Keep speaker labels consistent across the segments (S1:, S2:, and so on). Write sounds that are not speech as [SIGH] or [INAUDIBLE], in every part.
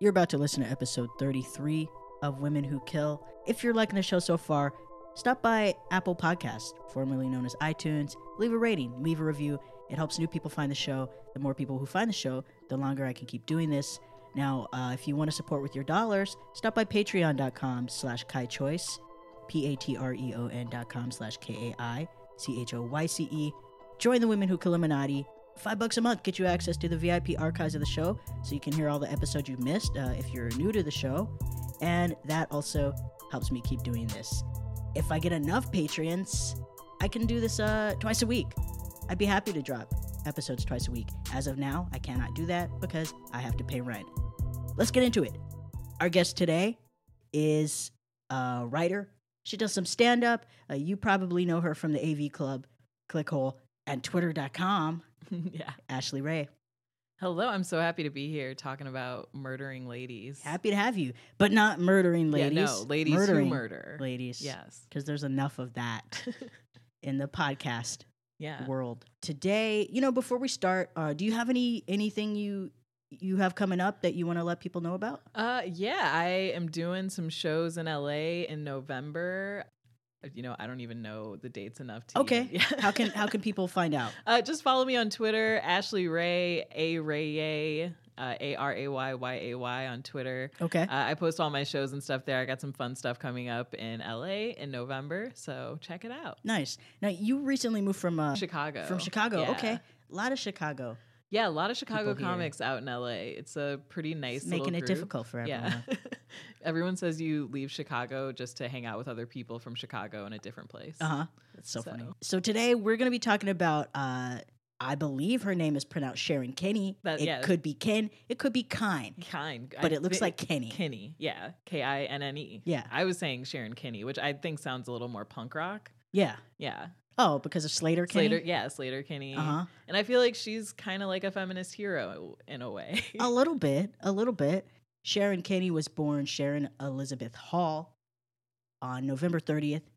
S1: You're about to listen to episode 33 of Women Who Kill. If you're liking the show so far, stop by Apple Podcasts, formerly known as iTunes. Leave a rating, leave a review. It helps new people find the show. The more people who find the show, the longer I can keep doing this. Now, uh, if you want to support with your dollars, stop by patreon.com slash kaichoice, P-A-T-R-E-O-N E dot com slash K-A-I-C-H-O-Y-C-E. Join the Women Who Kill Illuminati. Five bucks a month get you access to the VIP archives of the show so you can hear all the episodes you missed uh, if you're new to the show. And that also helps me keep doing this. If I get enough patrons, I can do this uh, twice a week. I'd be happy to drop episodes twice a week. As of now, I cannot do that because I have to pay rent. Let's get into it. Our guest today is a writer. She does some stand up. Uh, you probably know her from the AV Club, Clickhole, and Twitter.com.
S2: [LAUGHS] yeah.
S1: Ashley Ray.
S2: Hello, I'm so happy to be here talking about murdering ladies.
S1: Happy to have you, but not murdering ladies.
S2: Yeah, no, ladies
S1: murdering
S2: who murder.
S1: ladies.
S2: Yes. [LAUGHS]
S1: because there's enough of that in the podcast
S2: yeah.
S1: world today. You know, before we start, uh, do you have any anything you you have coming up that you want to let people know about?
S2: Uh yeah, I am doing some shows in LA in November. You know, I don't even know the dates enough to
S1: Okay.
S2: even- [LAUGHS] yeah.
S1: How can how can people find out?
S2: Uh, just follow me on Twitter, Ashley Ray, A Ray uh, A R A Y Y A Y on Twitter.
S1: Okay,
S2: Uh, I post all my shows and stuff there. I got some fun stuff coming up in LA in November, so check it out.
S1: nice. Now you recently moved from uh,
S2: Chicago.
S1: from Chicago.
S2: Yeah.
S1: Okay, a lot of Chicago
S2: Yeah, a lot of Chicago
S1: here.
S2: comics out in LA. It's a pretty nice
S1: It's making
S2: little
S1: it
S2: group.
S1: difficult for everyone.
S2: Yeah. [LAUGHS] Everyone says you leave Chicago just to hang out with other people from Chicago in a different place.
S1: Uh huh. That's so,
S2: So-
S1: funny. So today we're going to be talking about. uh I believe her name is pronounced Sharon Kenny.
S2: That-
S1: it
S2: yeah.
S1: could be Ken. It could be Kine,
S2: Kind.
S1: but
S2: I
S1: it looks
S2: thi-
S1: like Kenny.
S2: Kinney. Yeah. K I N N E.
S1: Yeah.
S2: I was saying Sharon Kinney, which I think sounds a little more punk rock.
S1: Yeah.
S2: Yeah.
S1: Oh, because of Slater Kenny.
S2: Slater. Yeah. Slater Kinney.
S1: Uh huh.
S2: And I feel like she's kind of like a feminist hero in a way.
S1: A little bit. A little bit. Sharon Kenny was born Sharon Elizabeth Hall on November thirtieth,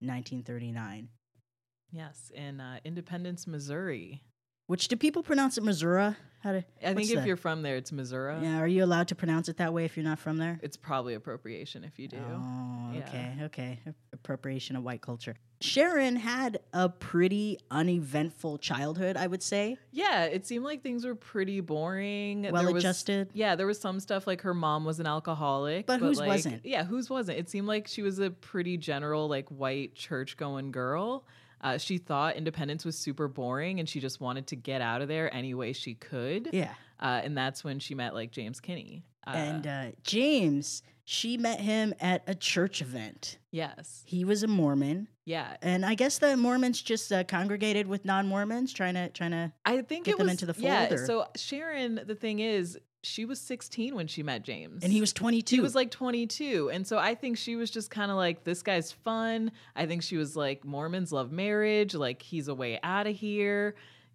S1: nineteen thirty nine.
S2: [LAUGHS] yes. In uh, Independence, Missouri.
S1: Which do people pronounce it Missouri? How do?
S2: I
S1: What's
S2: think if
S1: that?
S2: you're from there, it's Missouri.
S1: Yeah. Are you allowed to pronounce it that way if you're not from there?
S2: It's probably appropriation if you do.
S1: Oh,
S2: Yeah.
S1: okay, okay. Appropriation of white culture. Sharon had a pretty uneventful childhood, I would say.
S2: Yeah, it seemed like things were pretty boring.
S1: Well
S2: There was-
S1: adjusted.
S2: yeah, there was some stuff like her mom was an alcoholic,
S1: But whose
S2: like,
S1: wasn't?
S2: Yeah, whose wasn't? It seemed like she was a pretty general, like white church going girl. Uh, she thought independence was super boring, and she just wanted to get out of there any way she could.
S1: Yeah.
S2: Uh, and that's when she met like James Kinney. Uh,
S1: and uh, James, she met him at a church event.
S2: yes,
S1: He was a Mormon,
S2: yeah,
S1: and I guess the Mormons just uh, congregated with non-Mormons, trying to trying to.
S2: I think
S1: Get
S2: it
S1: them
S2: was,
S1: into the
S2: Yeah,
S1: fold, or-
S2: so Sharon, the thing is, she was 16 when she met James,
S1: And he was 22.
S2: She was like 22. And so I think she was just kind of like, this guy's fun. I think she was like, Mormons love marriage. Like, he's a way out of here.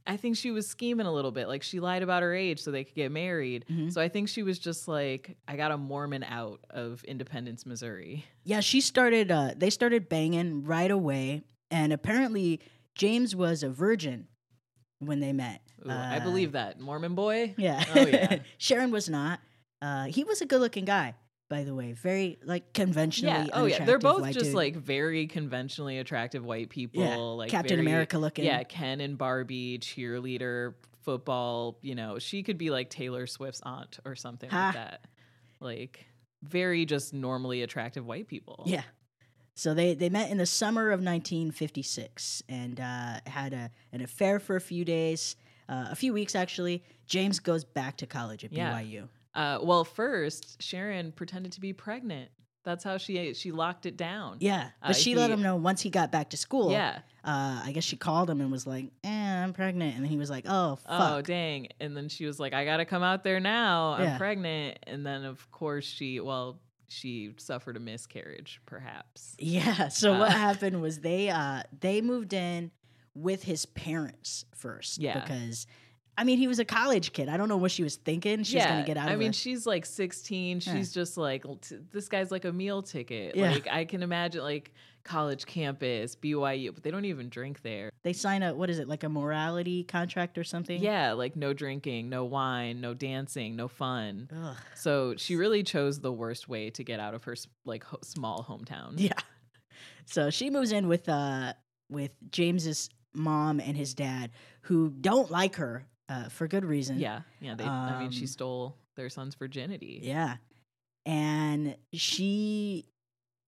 S2: I think she was scheming a little bit. Like, she lied about her age so they could get married.
S1: Mhm.
S2: So I think she was just like, I got a Mormon out of Independence, Missouri.
S1: Yeah, she started. Uh, they started banging right away, and apparently James was a virgin when they met.
S2: Ooh, I
S1: Uh,
S2: believe that. Mormon boy?
S1: Yeah.
S2: Oh, yeah.
S1: [LAUGHS] Sharon was not. Uh, he was a good-looking guy, by the way. Very like conventionally.
S2: Yeah. Oh, yeah. They're
S1: unattractive
S2: both
S1: white
S2: just
S1: dude.
S2: like very conventionally attractive white people.
S1: Yeah,
S2: Like
S1: Captain
S2: very-
S1: America looking.
S2: Yeah, Ken and Barbie, cheerleader, football. You know, she could be like Taylor Swift's aunt or something
S1: Ha.
S2: like that. Like very just normally attractive white people.
S1: Yeah. So they, they met in the summer of 1956 and uh, had a, an affair for a few days, uh, a few weeks actually. James goes back to college at
S2: Yeah.
S1: BYU.
S2: Uh, well, first Sharon pretended to be pregnant. That's how she she locked it down.
S1: Yeah, but
S2: Uh,
S1: she let
S2: he-
S1: him know once he got back to school.
S2: Yeah.
S1: uh, I guess she called him and was like, eh, "I'm pregnant," and he was like, "Oh
S2: Oh
S1: fuck."
S2: dang! And then she was like, "I gotta come out there now. I'm
S1: Yeah.
S2: pregnant." And then of course she well she suffered a miscarriage, perhaps.
S1: Yeah. So what
S2: Uh.
S1: happened was they uh, they moved in with his parents first
S2: Yeah.
S1: because I mean, he was a college kid. I don't know what she was thinking. She was going to get out
S2: I
S1: of
S2: mean,
S1: this.
S2: she's like 16.
S1: Yeah.
S2: She's just like, l- t- this guy's like a meal ticket.
S1: Yeah.
S2: Like, I can imagine like college campus, BYU, but they don't even drink there.
S1: they sign a, what is it, like a morality contract or something?
S2: Yeah, like no drinking, no wine, no dancing, no fun.
S1: Ugh.
S2: So she really chose the worst way to get out of her s- like ho- small hometown.
S1: Yeah. So she moves in with uh with James's mom and his dad, who don't like her uh, for good reason.
S2: Yeah. Yeah. They, I mean, she
S1: Um,
S2: stole their son's virginity.
S1: Yeah. And she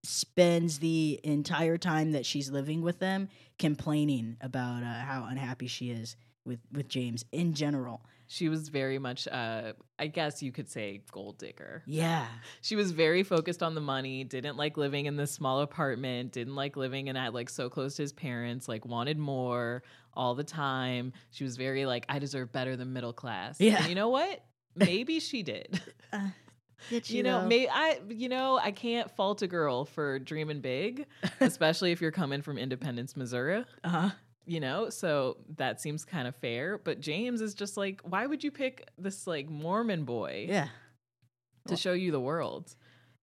S1: spends the entire time that she's living with them complaining about uh, how unhappy she is with with James in general.
S2: She was very much, uh, I guess you could say, gold digger.
S1: Yeah.
S2: She was very focused on the money, didn't like living in this small apartment, didn't like living in at like so close to his parents, like wanted more all the time. She was very like, I deserve better than middle class. And
S1: Yeah.
S2: you know what? Maybe she did. [LAUGHS]
S1: Did
S2: you know, may I you know, I can't fault a girl for dreaming big, especially if you're coming from Independence, Missouri.
S1: uh
S2: You know, so that seems kind of fair. But James is just like, why would you pick this like Mormon boy?
S1: yeah.
S2: to show you the world.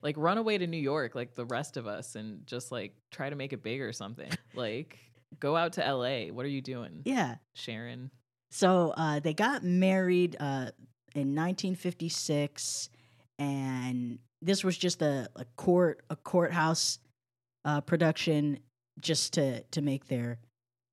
S2: Like run away to New York like the rest of us and just like try to make it big
S1: [LAUGHS]
S2: or something. like go out to LA. What are you doing?
S1: Yeah.
S2: Sharon.
S1: So uh, they got married uh, in 1956, and this was just a, a court a courthouse uh, production just to to make their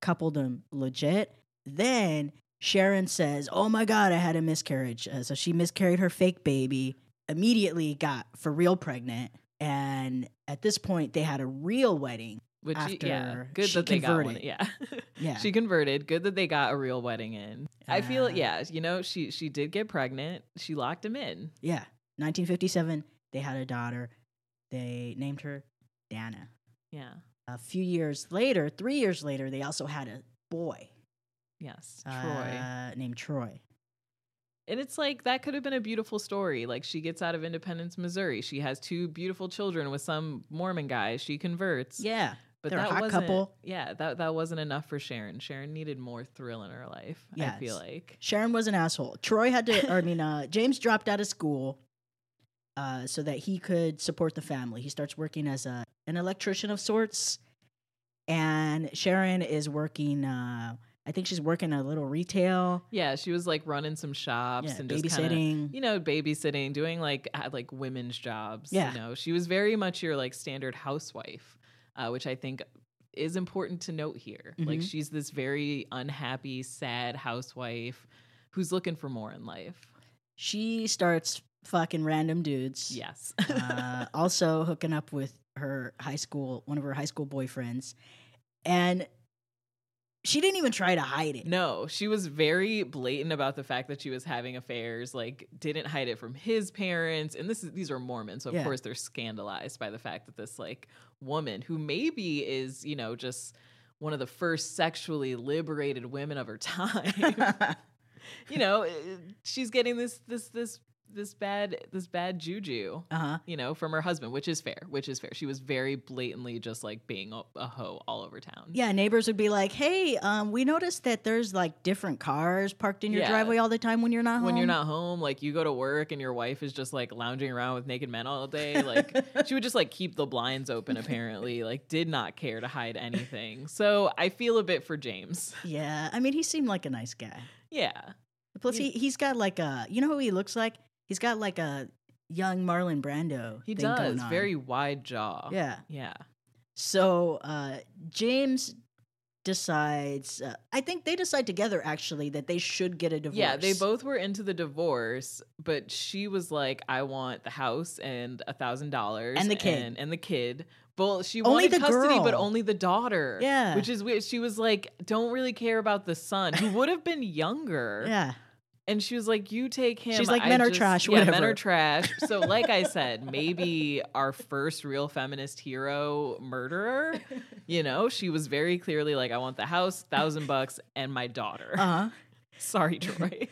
S1: coupledom legit. Then Sharon says, "Oh my God, I had a miscarriage." Uh, so she miscarried her fake baby. Immediately got for real pregnant, and at this point they had a real wedding.
S2: Which y- yeah,
S1: After
S2: good
S1: she
S2: that they got
S1: converted.
S2: one. Yeah. [LAUGHS]
S1: Yeah,
S2: she converted. Good that they got a real wedding in. I feel
S1: Ah.
S2: yeah, you know, she she did get pregnant. She locked him in.
S1: Yeah. 1957, they had a daughter. They named her Dana.
S2: Yeah.
S1: A few years later, three years later, they also had a boy
S2: Yes. Troy.
S1: uh, named Troy.
S2: Ah. And it's like that could have been a beautiful story. Like she gets out of Independence, Missouri. She has two beautiful children with some Mormon guy. She converts.
S1: Yeah.
S2: But
S1: They're a
S2: that
S1: hot
S2: wasn't,
S1: couple.
S2: Yeah, that that wasn't enough for Sharon. Sharon needed more thrill in her life. I
S1: Yes.
S2: feel like.
S1: Sharon was an asshole. Troy had to, or I mean,
S2: [LAUGHS]
S1: uh, James dropped out of school uh, so that he could support the family. He starts working as a, an electrician of sorts. And Sharon is working, uh, I think she's working a little retail,
S2: Yeah, she was like running some shops
S1: yeah,
S2: and just kind of
S1: babysitting.
S2: you know babysitting, doing like had like women's jobs.
S1: Yeah.
S2: you know, she was very much your like standard housewife, uh, which I think is important to note here. Like
S1: Mhm.
S2: she's this very unhappy, sad housewife who's looking for more in life.
S1: she starts fucking random dudes.
S2: Yes. [LAUGHS]
S1: uh, also hooking up with her high school, one of her high school boyfriends, and she didn't even try to hide it.
S2: No, she was very blatant about the fact that she was having affairs, like didn't hide it from his parents. And this is these are Mormons, so of
S1: Yeah.
S2: course they're scandalized by the fact that this like woman who maybe is, you know, just one of the first sexually liberated women of her [LAUGHS] time, you know, eh, she's getting this this this this bad this bad juju.
S1: uh-huh.
S2: You know, from her husband, which is fair, which is fair. She was very blatantly just like being a, a hoe all over town.
S1: Yeah, neighbors would be like, "Hey, um, we noticed that there's like different cars parked in your
S2: Yeah.
S1: driveway all the time when you're not home."
S2: when you're not home like you go to work and your wife is just like lounging around with naked men all
S1: [LAUGHS]
S2: day like she would just like keep the blinds open apparently like did not care to hide anything so i feel a bit for james
S1: Yeah, I mean, he seemed like a nice guy.
S2: yeah
S1: Plus,
S2: You-
S1: he he's got like a, you know who he looks like? He's got like a young Marlon Brando.
S2: he
S1: thing going
S2: does
S1: on.
S2: very wide jaw
S1: Yeah.
S2: yeah
S1: So uh, James decides. Uh, I think they decide together actually that they should get a divorce.
S2: yeah they both were into the divorce but she was like i want the house and a thousand dollars
S1: And the kid.
S2: and, and the kid well, she
S1: Only
S2: wanted
S1: the
S2: custody, but
S1: girl.
S2: only the daughter.
S1: Yeah.
S2: which is weird. She was like, "Don't really care about the son, who would have been younger."
S1: [LAUGHS]
S2: [LAUGHS]
S1: Yeah.
S2: And she was like, "You take him."
S1: She's like, "Men are trash,
S2: Yeah, men
S1: whatever." [LAUGHS]
S2: are trash. So, like I said, maybe our first real feminist hero murderer. You know, she was very clearly like, "I want the house, thousand bucks, and my daughter."
S1: Uh
S2: [LAUGHS] Sorry, Troy.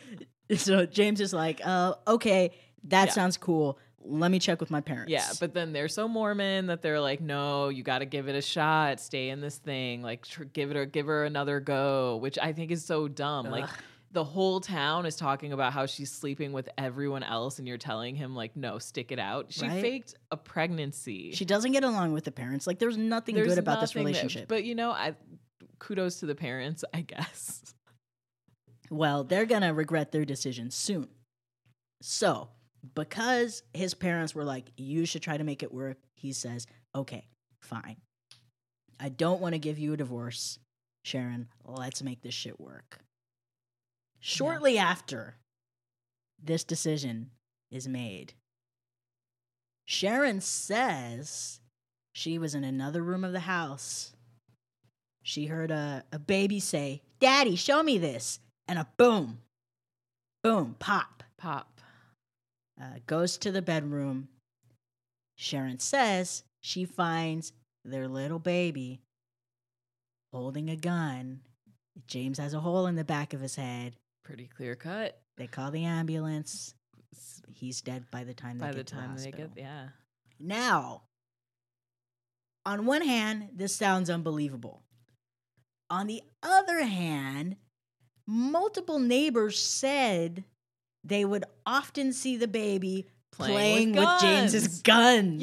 S1: huh. So James is like, uh, okay, that
S2: Yeah.
S1: sounds cool. Let me check with my parents.
S2: yeah, but then they're so Mormon that they're like, "No, you got to give it a shot. Stay in this thing. Like, tr- give it or give her another go," which I think is so dumb. Like.
S1: Ugh.
S2: the whole town is talking about how she's sleeping with everyone else and you're telling him like no stick it out she
S1: Right.
S2: faked a pregnancy
S1: She doesn't get along with the parents. Like, there's nothing
S2: There's
S1: good about this
S2: nothing that-
S1: relationship.
S2: but you know i kudos to the parents i guess
S1: well, they're going to regret their decision soon. So, because his parents were like, you should try to make it work, he says, okay, fine. I don't want to give you a divorce, Sharon. Let's make this shit work. Shortly after this decision is made, Sharon says she was in another room of the house. She heard a, a baby say, Daddy, show me this. And a boom, boom, pop.
S2: pop
S1: Uh, goes to the bedroom. Sharon says she finds their little baby holding a gun. James has a hole in the back of his head.
S2: pretty clear cut
S1: They call the ambulance.
S2: S-
S1: He's dead by the time they
S2: by
S1: get
S2: the
S1: to the
S2: time they
S1: hospital.
S2: get yeah
S1: Now, on one hand, this sounds unbelievable. On the other hand, multiple neighbors said they would often see the baby playing, with, James's
S2: guns.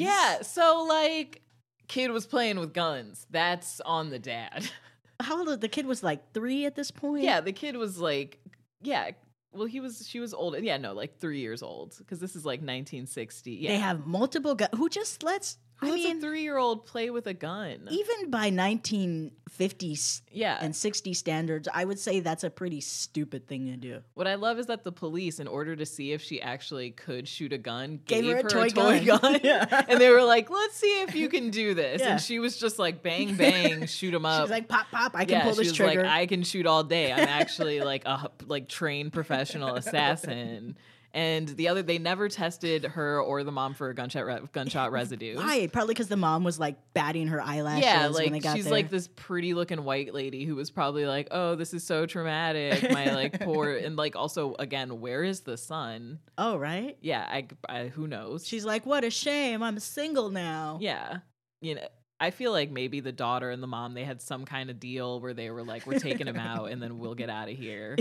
S1: guns.
S2: yeah so like kid was playing with guns that's on the dad [LAUGHS]
S1: How old the kid was like three at this point?
S2: Yeah, the kid was like, yeah. Well, he was. She was old. Yeah, no, like three years old because this is like 1960. Yeah,
S1: They have multiple guns. Who just lets
S2: Who
S1: I
S2: lets
S1: mean
S2: a three-year-old play with a gun?
S1: even by nineteen fifties
S2: yeah.
S1: and sixty standards, I would say that's a pretty stupid thing to do.
S2: what I love is that the police, in order to see if she actually could shoot a gun,
S1: Gave
S2: gave,
S1: her a
S2: her,
S1: toy
S2: a toy
S1: gun.
S2: gun.
S1: [LAUGHS] Yeah.
S2: and they were like, "Let's see if you can
S1: [LAUGHS]
S2: do this."
S1: Yeah.
S2: And she was just like, "Bang bang, shoot him
S1: She's
S2: up."
S1: like, pop, pop, I can
S2: Uh, yeah,
S1: pull
S2: she
S1: this
S2: was
S1: trigger.
S2: like, I can shoot all
S1: [LAUGHS]
S2: day. I'm actually like a like trained professional assassin. And the other, they never tested her or the mom for gunshot re- gunshot residue.
S1: Why? Probably because the mom was like batting her eyelashes
S2: Yeah,
S1: when
S2: like
S1: they got
S2: she's
S1: there.
S2: like this pretty looking white lady who was probably like, "Oh, this is so traumatic." My
S1: [LAUGHS]
S2: like poor and like also again, where is the son?
S1: oh, right?
S2: Yeah, I, I who knows.
S1: She's like, what a shame. I'm single now.
S2: Yeah. You know, I feel like maybe the daughter and the mom they had some kind of deal where they were like, "We're taking him out, and then we'll get out of
S1: [LAUGHS]
S2: here."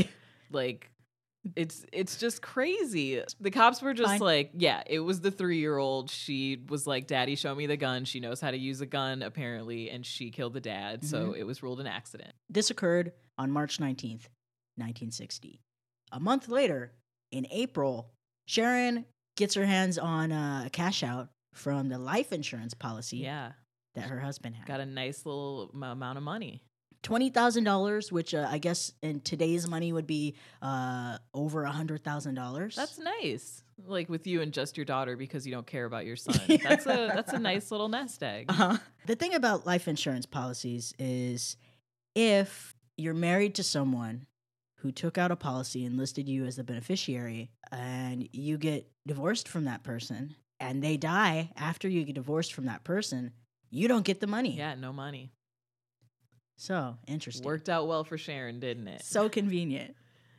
S2: Like, it's it's just crazy. The cops were just
S1: Fine.
S2: like, "Yeah, it was the three year old. She was like, Daddy, show me the gun. She knows how to use a gun apparently, and she killed the dad, so
S1: Mm-hmm.
S2: it was ruled an accident."
S1: This occurred on March 19th, 1960. A month later, in April, Sharon gets her hands on uh, a cash out from the life insurance policy
S2: Yeah,
S1: that her husband had.
S2: got a nice little m- amount of money.
S1: $20,000, which uh, I guess in today's money would be uh, over $100,000.
S2: That's nice. Like with you and just your daughter because you don't care
S1: [LAUGHS]
S2: about your son. That's a that's a nice little nest egg.
S1: Uh-huh. The thing about life insurance policies is if you're married to someone who took out a policy and listed you as the beneficiary, and you get divorced from that person, and they die after you get divorced from that person, you don't get the money.
S2: Yeah, no money.
S1: So interesting.
S2: Worked out well for Sharon, didn't it?
S1: So convenient,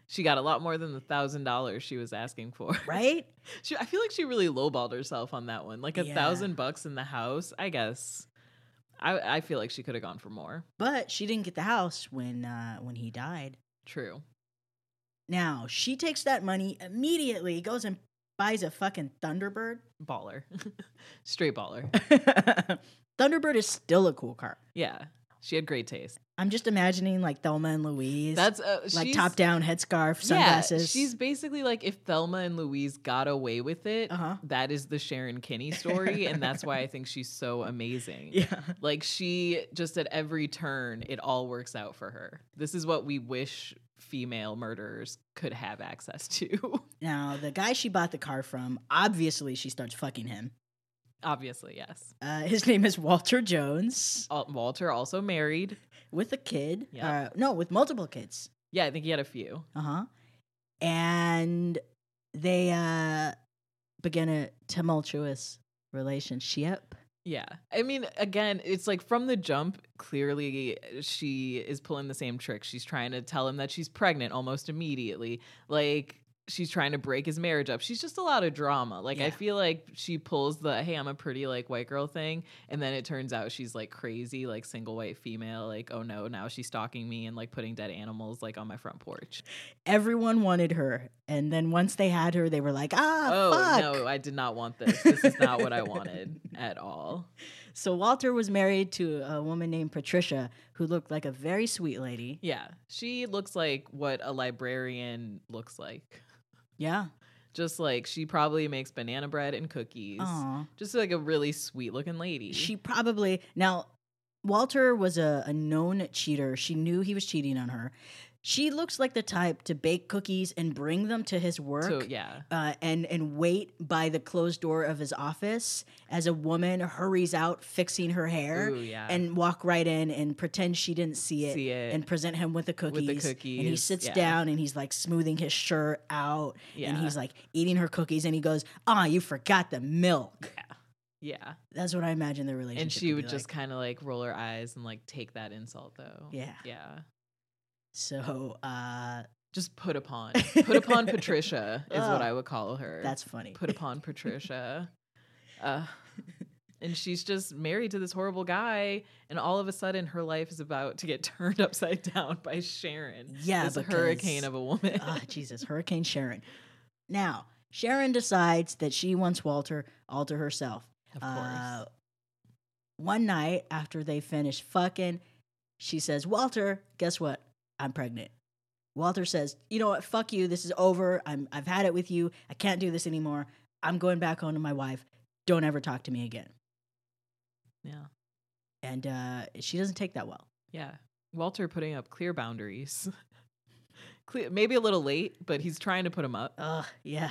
S2: she got a lot more than the thousand dollars she was asking for. [LAUGHS]
S1: right?
S2: She, I feel like she really lowballed herself on that one. Like a
S1: Yeah.
S2: thousand bucks in the house, I guess. I, I feel like she could have gone for more.
S1: but she didn't get the house when uh, when he died.
S2: True.
S1: Now she takes that money immediately, goes and buys a fucking Thunderbird.
S2: Baller. [LAUGHS] Straight baller. [LAUGHS]
S1: [LAUGHS] Thunderbird is still a cool car.
S2: Yeah. She had great taste.
S1: I'm just imagining like Thelma and Louise.
S2: That's uh,
S1: like
S2: she's-
S1: top down headscarf,
S2: Yeah,
S1: sunglasses.
S2: she's basically like if Thelma and Louise got away with it, [LAUGHS]
S1: Uh-huh.
S2: that is the Sharon Kinney story. and that's why I think she's so amazing.
S1: yeah.
S2: Like she just at every turn, it all works out for her. This is what we wish female murderers could have access to. [LAUGHS]
S1: Now the guy she bought the car from, obviously she starts fucking him.
S2: Obviously, yes.
S1: Uh, his [LAUGHS] name is Walter Jones
S2: Al- Walter also married.
S1: with a kid.
S2: Yeah.
S1: Uh, no, with multiple kids.
S2: Yeah, I think he had a few.
S1: Uh huh. And they uh, begin a tumultuous relationship.
S2: Yeah. I mean, again, it's like from the jump, clearly she is pulling the same trick. She's trying to tell him that she's pregnant almost immediately. Like she's trying to break his marriage up. She's just a lot of drama. Like
S1: Yeah.
S2: I feel like she pulls the hey, I'm a pretty like white girl thing and then it turns out she's like crazy like single white female like oh no, now she's stalking me and like putting dead animals like on my front porch.
S1: Everyone wanted her, and then once they had her, they were like, ah,
S2: oh
S1: fuck.
S2: no, I did not want this. This is not what I wanted at all.
S1: So Walter was married to a woman named Patricia, who looked like a very sweet lady.
S2: Yeah. She looks like what a librarian looks like.
S1: Yeah.
S2: Just like she probably makes banana bread and cookies.
S1: Aw.
S2: Just like a really sweet looking lady.
S1: She probably now Walter was a, a known cheater. She knew he was cheating on her. She looks like the type to bake cookies and bring them to his work.
S2: so yeah.
S1: Uh, and and wait by the closed door of his office as a woman hurries out fixing her hair
S2: Ooh, yeah.
S1: and walk right in and pretend she didn't see it,
S2: See it.
S1: and present him with the cookies.
S2: the
S1: And he
S2: cookies,
S1: sits
S2: yeah.
S1: down and he's like smoothing his shirt out and
S2: Yeah.
S1: he's like eating her cookies and he goes, "Ah, you forgot the milk."
S2: yeah.
S1: That's what I imagine the relationship.
S2: And she
S1: could
S2: would
S1: be
S2: just
S1: like.
S2: kind of like roll her eyes and like take that insult though.
S1: Yeah.
S2: Yeah.
S1: So uh,
S2: Just
S1: [LAUGHS]
S2: put upon. Put upon Patricia is what
S1: Ugh.
S2: I would call her.
S1: that's funny.
S2: put upon Patricia. Uh, and she's just married to this horrible guy, and all of a sudden her life is about to get [LAUGHS] turned upside down by Sharon.
S1: [LAUGHS] Yeah,
S2: this hurricane
S1: because-
S2: of a woman.
S1: [LAUGHS] Ah, Jesus, Hurricane Sharon. Now Sharon decides that she wants Walter all to herself.
S2: [LAUGHS] of course.
S1: Uh, one night after they finish fucking, she says, "Walter, guess what? I'm pregnant." Walter says, "You know what? Fuck you. This is over. I'm I've had it with you. I can't do this anymore. I'm going back home to my wife. Don't ever talk to me again."
S2: yeah,
S1: And uh, she doesn't take that well.
S2: yeah. Walter putting up clear boundaries. [LAUGHS] clear, maybe a little late, but he's trying to put them up.
S1: Ugh, yeah.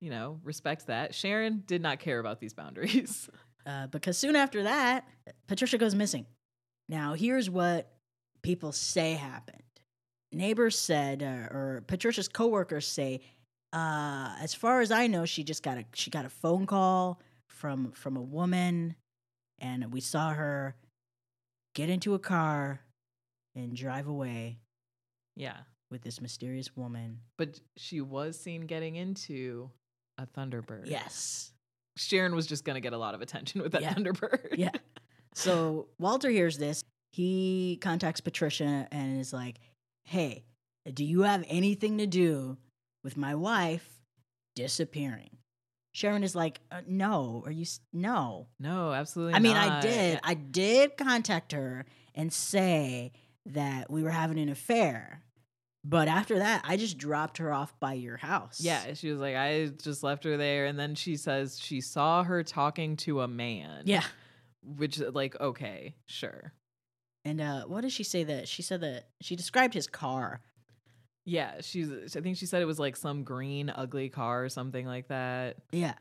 S2: You know, respect that. Sharon did not care about these boundaries. [LAUGHS]
S1: Uh, because soon after that, Patricia goes missing. Now, here's what people say happened. Neighbors said, uh, or Patricia's coworkers say, uh, as far as I know, she just got a she got a phone call from from a woman, and we saw her get into a car and drive away
S2: yeah,
S1: with this mysterious woman.
S2: but she was seen getting into a Thunderbird.
S1: Yes.
S2: Sharon was just going to get a lot of attention with that
S1: Yeah.
S2: Thunderbird. [LAUGHS]
S1: Yeah. So Walter hears this. He contacts Patricia and is like, Hey, do you have anything to do with my wife disappearing? Sharon is like, uh, No, are you? s- No.
S2: No, absolutely.
S1: I mean, I
S2: not.
S1: did. I did contact her and say that we were having an affair. But after that, I just dropped her off by your house.
S2: Yeah, she was like, I just left her there, and then she says she saw her talking to a man.
S1: Yeah.
S2: which uh, like, okay, sure.
S1: And uh, what did she say that? She said that she described his car.
S2: Yeah, she's. I think she said it was like some green ugly car or something like that.
S1: Yeah.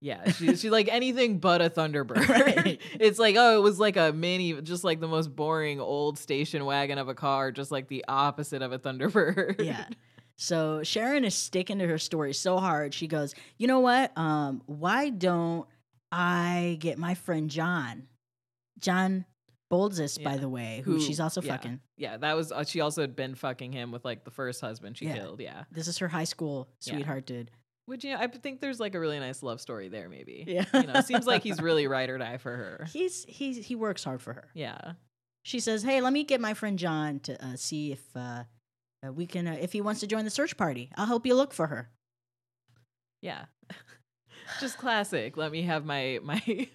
S2: Yeah,
S1: [LAUGHS]
S2: she, she's like anything but a Thunderbird.
S1: Right.
S2: [LAUGHS] it's like oh, it was like a mini, just like the most boring old station wagon of a car, just like the opposite of a Thunderbird.
S1: yeah. [LAUGHS] So Sharon is sticking to her story so hard. She goes, "You know what? Um, why don't I get my friend John, John Boldzis, by
S2: Yeah.
S1: the way, who,
S2: Who-
S1: she's also
S2: yeah.
S1: fucking.
S2: yeah, that was. Uh, she also had been fucking him with like the first husband she
S1: Yeah.
S2: killed. Yeah.
S1: This is her high school
S2: Yeah.
S1: sweetheart, dude.
S2: Which you know, I think there's like a really nice love story there, maybe.
S1: Yeah.
S2: you know, seems like he's really ride or die for her.
S1: [LAUGHS] He's he's he works hard for her.
S2: Yeah,
S1: She says, "Hey, let me get my friend John to uh, see if uh, uh, we can uh, if he wants to join the search party. I'll help you look for her."
S2: yeah. [LAUGHS] Just classic. Let me have my my [LAUGHS]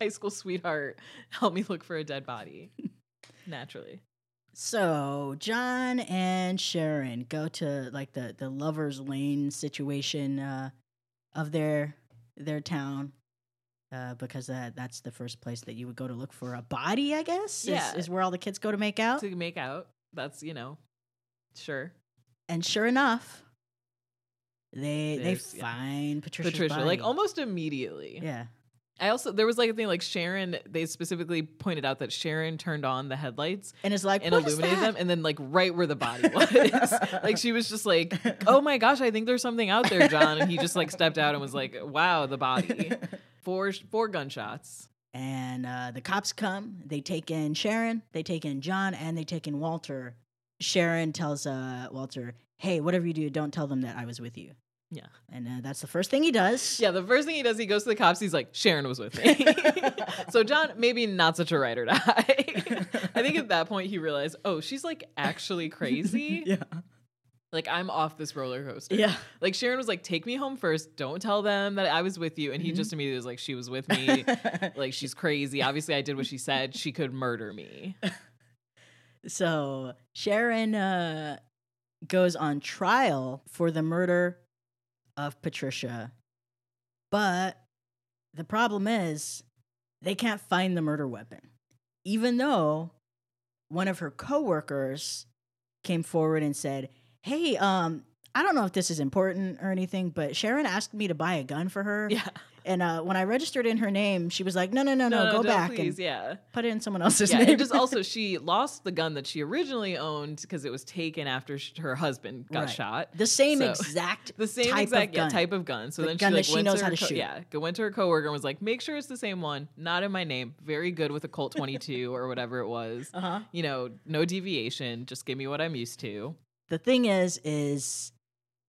S2: high school sweetheart help me look for a dead body.
S1: [LAUGHS]
S2: Naturally.
S1: So John and Sharon go to like the the lovers lane situation uh, of their their town uh, because that that's the first place that you would go to look for a body. I guess is-
S2: Yeah.
S1: is, where all the kids go to make out.
S2: To make out. That's, you know, sure.
S1: and sure enough, they
S2: There's-
S1: they
S2: yeah.
S1: find Patricia.
S2: Patricia, like oh
S1: almost
S2: almost immediately.
S1: yeah
S2: I also there was like a thing like Sharon, they specifically pointed out that Sharon turned on the headlights
S1: and it's like
S2: and
S1: "What is
S2: illuminated
S1: that?"
S2: them and then like right where
S1: [LAUGHS]
S2: the body was. like she was just like oh my gosh, I think there's something out there, John. And he just like stepped out and was like, wow, the
S1: [LAUGHS]
S2: body. Four, four gunshots.
S1: And uh, the cops come. They take in Sharon, they take in John, and they take in Walter. Sharon tells uh, Walter, "Hey, whatever you do, don't tell them that I was with you."
S2: Yeah.
S1: And uh, that's the first thing he does.
S2: [LAUGHS] Yeah, the first thing he does, he goes to the cops. He's like, Sharon was with
S1: [LAUGHS]
S2: me. so John, maybe not such a ride or die. I think at that point he realized, oh, she's like actually crazy.
S1: [LAUGHS] Yeah.
S2: Like I'm off this roller coaster.
S1: Yeah.
S2: Like Sharon was like, take me home first. Don't tell them that I was with you.
S1: Mm-hmm.
S2: And he just immediately was like, she was
S1: [LAUGHS]
S2: with me. like she's crazy. Obviously, I did what she said. She could murder me.
S1: So Sharon uh, goes on trial for the murder of Patricia, but the problem is they can't find the murder weapon, even though one of her coworkers came forward and said, "Hey, um." I don't know if this is important or anything, but Sharon asked me to buy a gun for her.
S2: Yeah.
S1: And uh, when I registered in her name, she was like, no, no, no, no, go
S2: don't,
S1: back and
S2: Please. yeah.
S1: put it in someone else's
S2: Yeah,
S1: name.
S2: and just also she lost the gun that she originally owned because it was taken after sh- her husband got
S1: Right.
S2: shot.
S1: [LAUGHS] the same
S2: So-
S1: exact
S2: The same
S1: type of
S2: exact yeah,
S1: gun.
S2: type of gun. So
S1: The
S2: then
S1: gun
S2: she
S1: that
S2: like
S1: she
S2: went
S1: knows
S2: to
S1: how
S2: her
S1: to
S2: co-
S1: shoot.
S2: yeah, go went to her coworker and was like, "Make sure it's the same one, not in my name. Very good with a Colt 22 or whatever it was.
S1: Uh-huh.
S2: You know, no deviation. Just give me what I'm used to."
S1: The thing is, is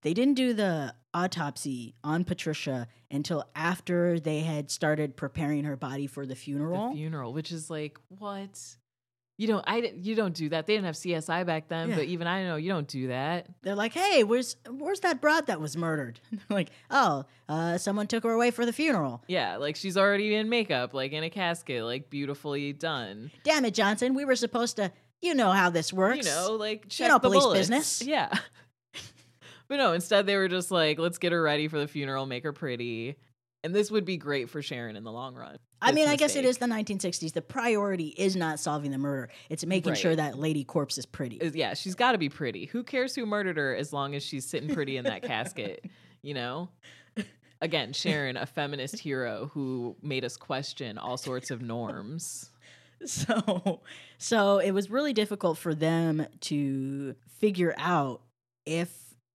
S1: they didn't do the autopsy on Patricia until after they had started preparing her body for the funeral.
S2: The funeral, which is like what. You don't. I. di- You don't do that. They didn't have CSI back then,
S1: Yeah.
S2: but even I know you don't do that.
S1: They're like, "Hey, where's where's that broad that was murdered?" [LAUGHS] like, "Oh, uh, someone took her away for the funeral."
S2: Yeah, like she's already in makeup, like in a casket, like beautifully done.
S1: Damn it, Johnson, we were supposed to. You know how this works.
S2: You know, like check
S1: know,
S2: the
S1: police
S2: bullets.
S1: business.
S2: [LAUGHS] Yeah. but no, instead they were just like, let's get her ready for the funeral, make her pretty. And this would be great for Sharon in the long run.
S1: I
S2: this
S1: mean, I guess it
S2: mistake.
S1: is the 1960s. The priority is not solving the murder; it's making
S2: Right.
S1: sure that lady corpse is pretty.
S2: is- yeah, she's got to be pretty. Who cares who murdered her as long as she's sitting pretty in that casket, you know? Again, Sharon, a feminist hero who made us question all sorts of norms.
S1: [LAUGHS] So, so it was really difficult for them to figure out if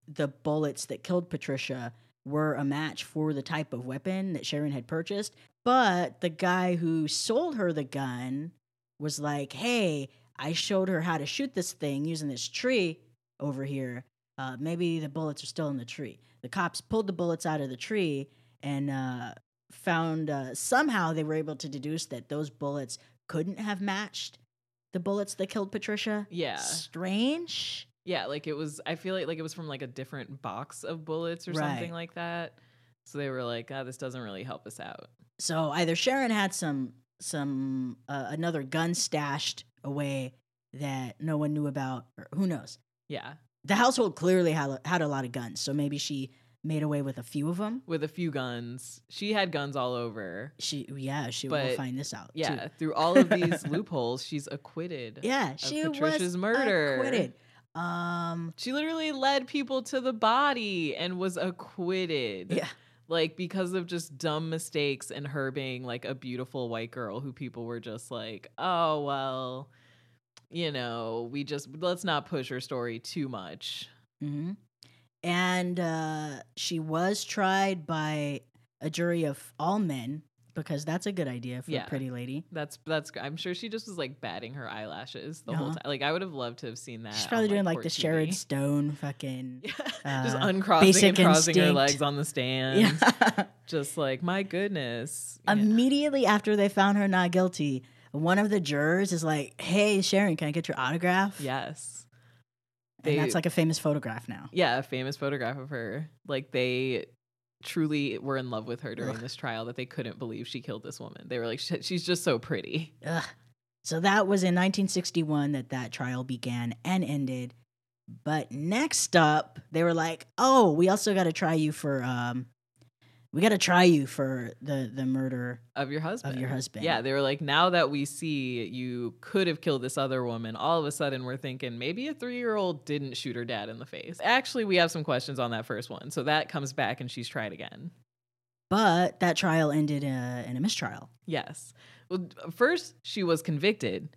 S1: the bullets that killed Patricia were a match for the type of weapon that Sharon had purchased. But the guy who sold her the gun was like, "Hey, I showed her how to shoot this thing using this tree over here. Uh, maybe the bullets are still in the tree." The cops pulled the bullets out of the tree and uh, found uh, somehow they were able to deduce that those bullets couldn't have matched the bullets that killed Patricia.
S2: Yeah.
S1: Strange.
S2: Yeah, like it was. I feel like like it was from like a different box of bullets or
S1: Right.
S2: something like that. So they were like, "Ah, this doesn't really help us out."
S1: So either Sharon had some some uh, another gun stashed away that no one knew about, or who knows.
S2: Yeah,
S1: The household clearly had a- had a lot of guns, so maybe she made away with a few of them.
S2: with a few guns, she had guns all over.
S1: She yeah, she will
S2: But-
S1: find this out. too.
S2: Yeah, through all of these loopholes, she's acquitted.
S1: yeah, she was
S2: Patricia's murder.
S1: acquitted. Um,
S2: She literally led people to the body and was acquitted.
S1: yeah,
S2: Like because of just dumb mistakes and her being like a beautiful white girl who people were just like, "Oh, well, you know, we just let's not push her story too much."
S1: hmm and uh, she was tried by a jury of all men because that's a good idea for
S2: Yeah.
S1: a pretty lady.
S2: That's that's. I'm sure she just was like batting her eyelashes the whole
S1: Uh-huh.
S2: time. Like I would have loved to have seen that.
S1: She's
S2: on,
S1: probably doing like
S2: court
S1: the
S2: TV.
S1: Sharon Stone fucking.
S2: [LAUGHS] Yeah. just
S1: uh,
S2: uncrossing
S1: Basic
S2: and crossing her
S1: Instinct.
S2: legs on the stand.
S1: Yeah.
S2: Just like my goodness. Yeah.
S1: Immediately after they found her not guilty, one of the jurors is like, "Hey, Sharon, can I get your autograph?"
S2: yes.
S1: and
S2: they-
S1: that's like a famous photograph now.
S2: Yeah, a famous photograph of her. Like they truly were in love with her during
S1: Ugh.
S2: this trial that they couldn't believe she killed this woman. They were like, "Shit, she's just so pretty.
S1: Ugh. So that was in 1961 that that trial began and ended. But next up, they were like, "Oh, we also got to try you for um, we got to try you for the the murder."
S2: Of your husband.
S1: husband.
S2: Yeah. They were like, now that we see you could have killed this other woman, all of a sudden we're thinking maybe a three year old didn't shoot her dad in the face. Actually, we have some questions on that first one. So that comes back and she's tried again.
S1: But that trial ended uh, in a mistrial.
S2: Yes. Well, first she was convicted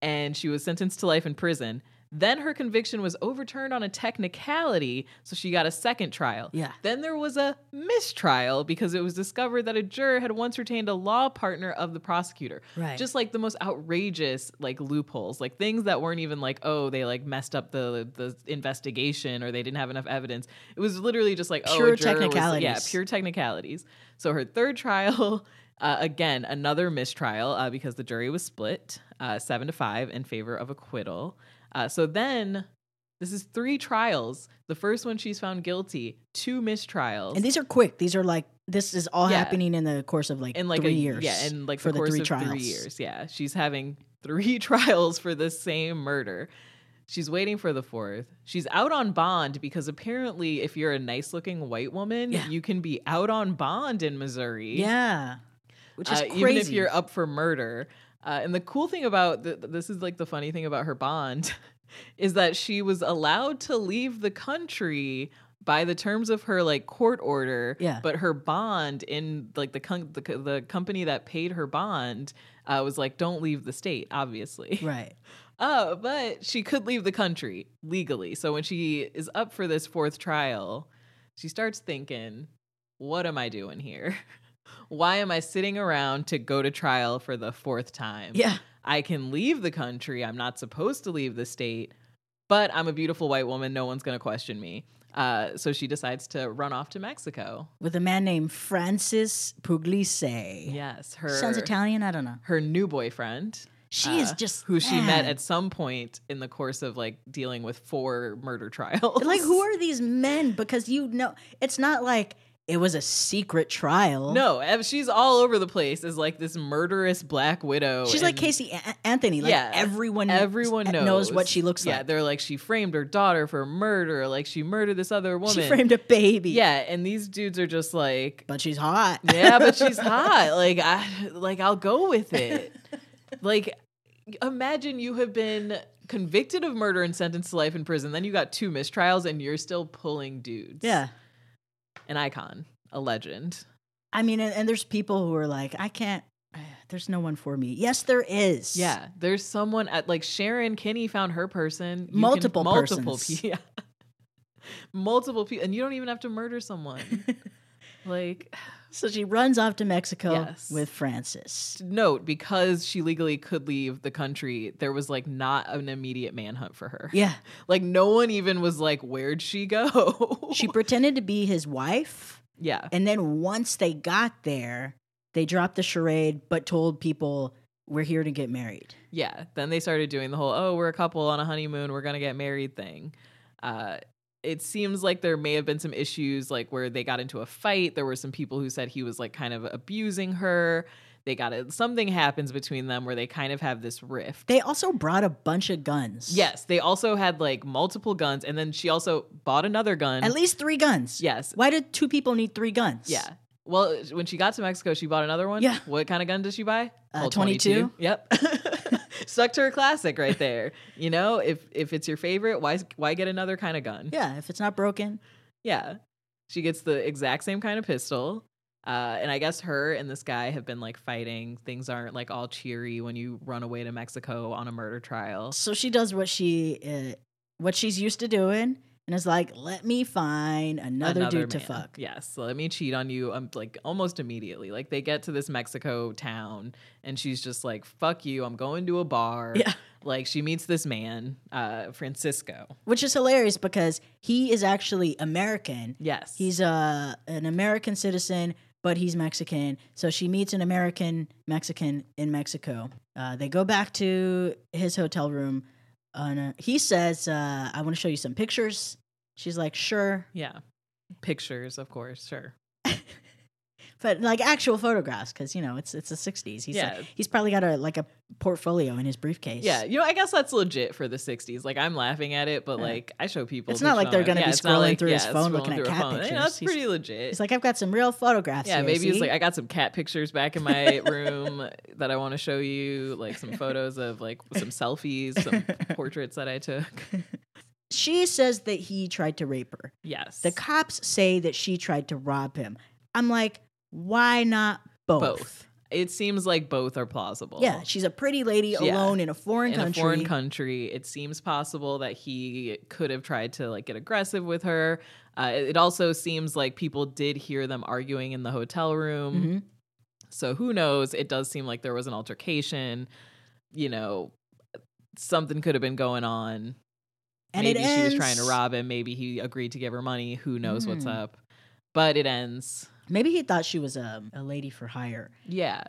S2: and she was sentenced to life in prison. Then her conviction was overturned on a technicality, so she got a second trial.
S1: Yeah.
S2: Then there was a mistrial because it was discovered that a juror had once retained a law partner of the prosecutor.
S1: Right.
S2: Just like the most outrageous like loopholes, like things that weren't even like, oh, they like messed up the the investigation or they didn't have enough evidence. It was literally just like, oh,
S1: Pure
S2: a juror was- yeah,
S1: technicalities.
S2: pure pure technicalities. So her third trial, [LAUGHS] uh, again, another mistrial uh, because the jury was split uh, seven to five in favor of acquittal. Uh, so then this is three trials. The first one she's found guilty, two mistrials.
S1: And these are quick. These are like this is all
S2: Yeah.
S1: happening in the course of like,
S2: in like
S1: three
S2: a,
S1: years.
S2: Yeah, in like
S1: for
S2: the course
S1: three
S2: of
S1: trials.
S2: three years. Yeah, she's having [LAUGHS] three trials for the same murder. She's waiting for the fourth. She's out on bond because apparently, if you're a nice-looking white woman,
S1: Yeah.
S2: you can be out on bond in Missouri.
S1: Yeah, which is
S2: uh,
S1: crazy.
S2: even if you're up for murder. Uh, and the cool thing about th- this is like the funny thing about her bond [LAUGHS] is that she was allowed to leave the country by the terms of her like court order.
S1: Yeah.
S2: But her bond in like the con- the, co- the company that paid her bond uh, was like, don't leave the state, obviously.
S1: right.
S2: Uh, but she could leave the country legally. So when she is up for this fourth trial, she starts thinking, what am I doing here? [LAUGHS] Why am I sitting around to go to trial for the fourth time?
S1: Yeah,
S2: I can leave the country. I'm not supposed to leave the state, but I'm a beautiful white woman. No one's going to question me. Uh, so she decides to run off to Mexico.
S1: with a man named Francis Pugliese.
S2: Yes, her
S1: Sounds Italian. I don't know.
S2: her new boyfriend.
S1: She is
S2: uh,
S1: just
S2: who she met
S1: man.
S2: at some point in the course of like dealing with four murder trials.
S1: Like, who are these men? Because you know, it's not like it was a secret trial.
S2: No, ev- she's all over the place as like this murderous black widow.
S1: she's like
S2: and
S1: Casey An- Anthony. Like
S2: Yeah.
S1: everyone,
S2: Everyone
S1: knows.
S2: knows.
S1: what she looks
S2: yeah,
S1: like.
S2: they're like she framed her daughter for murder. Like she murdered this other woman.
S1: She framed a baby.
S2: yeah, and these dudes are just like,
S1: but she's hot.
S2: yeah, but she's hot. Like I, like I'll go with it. Like, imagine you have been convicted of murder and sentenced to life in prison. Then you got two mistrials, and you're still pulling dudes.
S1: [LAUGHS] yeah.
S2: an icon, a legend.
S1: I mean, and, and there's people who are like, I can't. There's no one for me. Yes, there is.
S2: Yeah, there's someone at like Sharon Kinney found her person. You can-
S1: Multiple
S2: multiple
S1: persons.
S2: [LAUGHS] people. multiple people, and you don't even have to
S1: [LAUGHS]
S2: murder someone. like,
S1: So she runs off to Mexico
S2: Yes.
S1: with Francis.
S2: note because she legally could leave the country, there was like not an immediate manhunt for her.
S1: Yeah.
S2: Like, no one even was like, "Where'd she go?"
S1: She pretended to be his wife.
S2: [LAUGHS] yeah,
S1: And then once they got there, they dropped the charade, but told people, we're here to get married.
S2: yeah. Then they started doing the whole, "Oh, we're a couple on a honeymoon. We're gonna get married" thing. Uh, it seems like there may have been some issues like where they got into a fight there were some people who said he was like kind of abusing her they got it something happens between them where they kind of have this rift
S1: They also brought a bunch of guns.
S2: yes they also had like multiple guns and then she also bought another gun
S1: At least three guns.
S2: yes
S1: Why did two people need three guns?
S2: yeah well uh, when she got to mexico she bought another one
S1: Yeah.
S2: what kind of gun did she buy
S1: Uh,
S2: Well,
S1: 22.
S2: yep [LAUGHS] stuck to her classic right there you know if if it's your favorite why why get another kind of gun
S1: Yeah. If it's not broken,
S2: Yeah. She gets the exact same kind of pistol. Uh, and I guess her and this guy have been like fighting. Things aren't like all cheery when you run away to Mexico on a murder trial.
S1: So she does what she uh, what she's used to doing, and is like, "Let me find another, dude to
S2: man.
S1: fuck."
S2: Yes. Let me cheat on you. I'm like almost immediately. Like they get to this Mexico town and she's just like, fuck you. I'm going to a bar.
S1: Yeah.
S2: Like she meets this man, uh, Francisco.
S1: Which is hilarious because he is actually American.
S2: Yes.
S1: He's uh, an American citizen, but he's Mexican. So she meets an American Mexican in Mexico. Uh, they go back to his hotel room. On a, he says, uh, "I want to show you some pictures." She's like, "Sure,"
S2: yeah. Pictures, of course. Sure.
S1: but like actual photographs because you know it's it's the '60s. He's like,
S2: Yeah.
S1: he's probably got a like a portfolio in his briefcase.
S2: Yeah, you know, I guess that's legit for the '60s. Like I'm laughing at it, but
S1: Yeah.
S2: like I show people.
S1: It's
S2: the
S1: not like
S2: show,
S1: they're
S2: and-
S1: gonna be
S2: it's not
S1: scrolling through his phone
S2: scrolling
S1: looking at
S2: through a
S1: cat
S2: phone. You know,
S1: pictures.
S2: that's
S1: He's-
S2: pretty legit.
S1: He's like, I've got some real photographs.
S2: yeah,
S1: here,
S2: maybe it's
S1: see?"
S2: like I got some cat pictures back
S1: [LAUGHS]
S2: in my room that I want to show you, like some photos of like some selfies,
S1: [LAUGHS]
S2: some portraits that I took.
S1: she says that he tried to rape her.
S2: Yes,
S1: The cops say that she tried to rob him. I'm like, why not both?
S2: both. It seems like both are plausible.
S1: Yeah, she's a pretty lady
S2: Yeah.
S1: alone in a foreign
S2: in
S1: country.
S2: a foreign country. It seems possible that he could have tried to like get aggressive with her. Uh, it it also seems like people did hear them arguing in the hotel room.
S1: Mhm.
S2: So who knows? It does seem like there was an altercation. You know, something could have been going on.
S1: And
S2: Maybe
S1: it
S2: she
S1: ends.
S2: was trying to rob him. Maybe he agreed to give her money. Who knows what's
S1: Mm.
S2: up? But it ends.
S1: Maybe he thought she was um, a lady for hire.
S2: Yeah.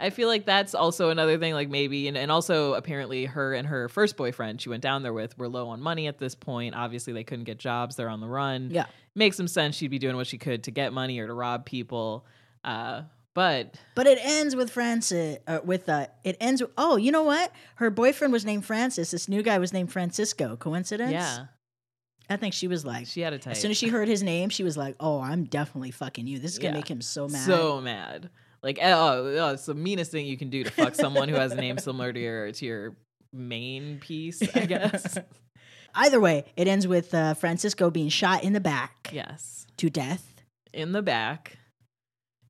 S2: I feel like that's also another thing, like maybe, and, and also apparently her and her first boyfriend she went down there with were low on money at this point. Obviously, they couldn't get jobs. They're on the run.
S1: Yeah.
S2: Makes some sense. She'd be doing what she could to get money or to rob people. Uh, but
S1: But it ends with Francis. Uh, with uh, it ends. With, oh, you know what? Her boyfriend was named Francis. This new guy was named Francisco. Coincidence?
S2: yeah,
S1: I think she was like,
S2: she had a type.
S1: as soon as she heard his name, she was like, "Oh, I'm definitely fucking you. This is gonna
S2: Yeah.
S1: make him so mad."
S2: So mad. Like, oh, oh, it's the meanest thing you can do to fuck someone who has a name similar to your to your main piece,
S1: [LAUGHS]
S2: I guess.
S1: Either way, it ends with uh, Francisco being shot in the back
S2: yes.
S1: to death.
S2: in the back.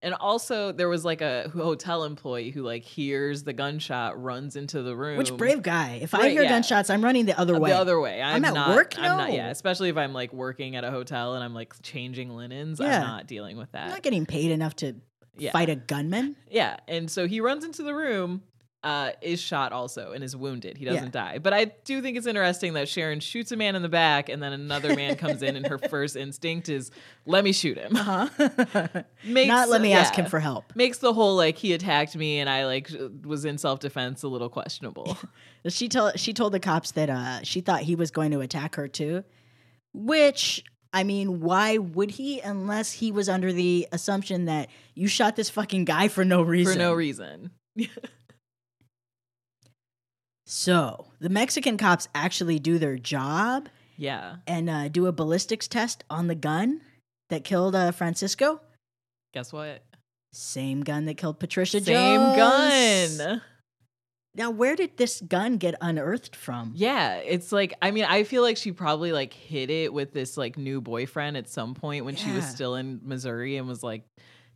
S2: And also, there was like a hotel employee who like hears the gunshot, runs into the room.
S1: Which brave guy! If I
S2: Right,
S1: hear
S2: yeah.
S1: gunshots, I'm running the other way.
S2: Uh, The other way. I'm,
S1: I'm at
S2: not,
S1: work?
S2: I'm not.
S1: No.
S2: Yeah, especially if I'm like working at a hotel and I'm like changing linens.
S1: Yeah.
S2: I'm not dealing with that.
S1: I'm not getting paid enough to
S2: yeah.
S1: fight a gunman.
S2: Yeah. And so he runs into the room, uh, is shot also, and is wounded. He
S1: Yeah.
S2: doesn't die. But I do think it's interesting that Sharon shoots a man in the back, and then another man comes in,
S1: [LAUGHS]
S2: and her first instinct is, "Let me shoot him."
S1: Uh-huh.
S2: [LAUGHS] Makes-
S1: not let me ask
S2: yeah.
S1: him for help.
S2: makes the whole like he attacked me and I like was in self defense a
S1: [LAUGHS]
S2: little questionable.
S1: She told she told the cops that uh, she thought he was going to attack her too, which I mean, why would he unless he was under the assumption that you shot this fucking guy for no reason?
S2: For no reason.
S1: So the Mexican cops actually do their job
S2: Yeah.
S1: and uh, do a ballistics test on the gun that killed uh, Francisco.
S2: Guess what?
S1: Same gun that killed Patricia
S2: Same
S1: Jones.
S2: gun.
S1: Now, where did this gun get unearthed from?
S2: Yeah. It's like, I mean, I feel like she probably like hit it with this like new boyfriend at some point when she was
S1: Yeah.
S2: still in Missouri and was like,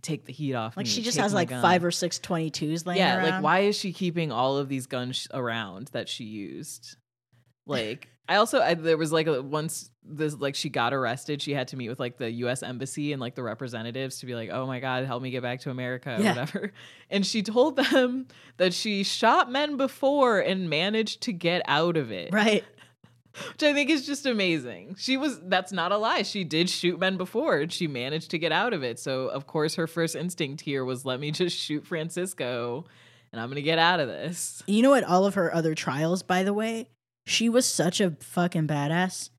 S2: take the heat off.
S1: Like
S2: me,
S1: she just
S2: take
S1: has
S2: my
S1: like
S2: Mm, gun."
S1: five or six 22s laying
S2: Yeah.
S1: around.
S2: Like, why is she keeping all of these guns sh- around that she used? Like, I also, I, there was like a, once this, like, she got arrested, she had to meet with like the US embassy and like the representatives to be like, oh my God, help me get back to America or
S1: Yeah.
S2: whatever. And she told them that she shot men before and managed to get out of it,
S1: Right.
S2: which I think is just amazing. She was, that's not a lie. She did shoot men before and she managed to get out of it. So, of course, her first instinct here was, let me just shoot Francisco and I'm going to get out of this.
S1: You know what? All of her other trials, by the way, she was such a fucking badass.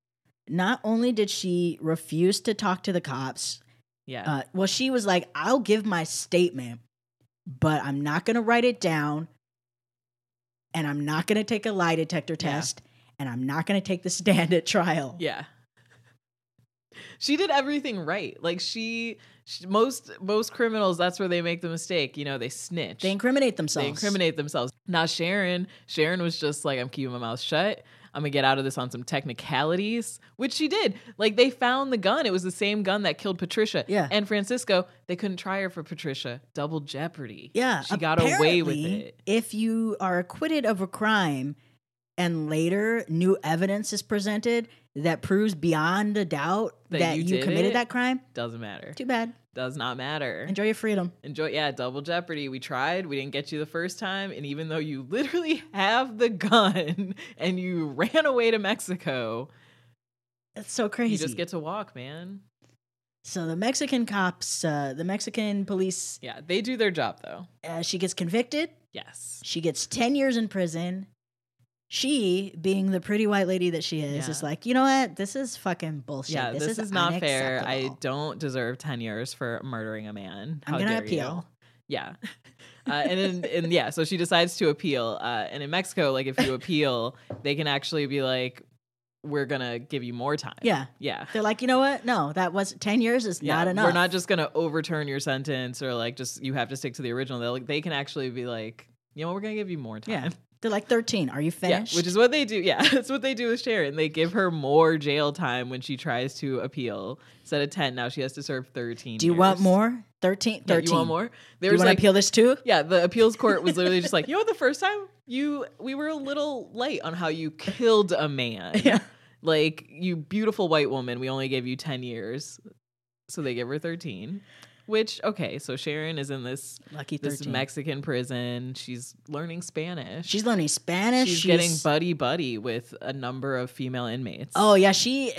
S1: Not only did she refuse to talk to the cops,
S2: Yeah.
S1: uh, well, she was like, I'll give my statement, but I'm not going to write it down. And I'm not going to take a lie detector
S2: Yeah.
S1: test. And I'm not going to take the stand at trial.
S2: Yeah. She did everything right. Like she, she most most criminals that's where they make the mistake, you know, they snitch.
S1: They incriminate
S2: They
S1: themselves.
S2: incriminate themselves. Not Sharon. Sharon was just like I'm keeping my mouth shut. I'm going to get out of this on some technicalities, which she did. Like they found the gun. It was the same gun that killed Patricia
S1: Yeah.
S2: and Francisco. They couldn't try her for Patricia. Double jeopardy.
S1: Yeah.
S2: She got away with
S1: apparently,
S2: it.
S1: If you are acquitted of a crime and later new evidence is presented that proves beyond a doubt that,
S2: That you
S1: you,
S2: did
S1: committed
S2: it?
S1: that crime,
S2: Doesn't matter.
S1: too bad.
S2: Does not matter.
S1: Enjoy your freedom.
S2: Enjoy, yeah, double jeopardy. We tried, we didn't get you the first time, and even though you literally have the gun [LAUGHS] and you ran away to Mexico,
S1: That's so crazy.
S2: you just get to walk, man.
S1: so the Mexican cops, uh, the Mexican police,
S2: Yeah, they do their job though.
S1: uh, she gets convicted.
S2: Yes,
S1: She gets 10 years in prison. She, being the pretty white lady that she is,
S2: Yeah.
S1: is like, you know what? This is fucking bullshit.
S2: yeah,
S1: this,
S2: this, is, not fair. I
S1: unacceptable.
S2: don't deserve ten years for murdering a man.
S1: I'm
S2: How
S1: going to
S2: dare you."
S1: appeal.
S2: Yeah. [LAUGHS] Uh, and in, and yeah, so she decides to appeal. Uh, and in Mexico,
S1: [LAUGHS]
S2: like if you appeal, they can actually be like, "We're gonna give you more time."
S1: Yeah.
S2: yeah.
S1: They're like, you know what? No, that was 10 years is
S2: Yeah,
S1: not enough.
S2: We're not just going to overturn your sentence or like just you have to stick to the original. They like they can actually be like, you know, we're going to give you more time.
S1: Yeah. They're like 13. Are you finished?
S2: Yeah, which is what they do. Yeah, [LAUGHS] that's what they do with Sharon. They give her more jail time when she tries to appeal. Instead of 10, now she has to serve 13.
S1: do you want
S2: years.
S1: more? 13? 13.
S2: Yeah, you want more?
S1: Do
S2: There
S1: you
S2: was
S1: want to
S2: like
S1: appeal this
S2: [LAUGHS]
S1: too?
S2: Yeah, the appeals court was
S1: [LAUGHS]
S2: literally just like, you know, what, the first time you we were a little light on how you killed a man.
S1: [LAUGHS] Yeah.
S2: Like you beautiful white woman, we only gave you 10 years. So they give her 13, which okay, so Sharon is in this
S1: Lucky
S2: this
S1: 13.
S2: Mexican prison. She's learning Spanish.
S1: she's learning Spanish.
S2: She's getting buddy buddy with a number of female inmates.
S1: Oh, yeah. She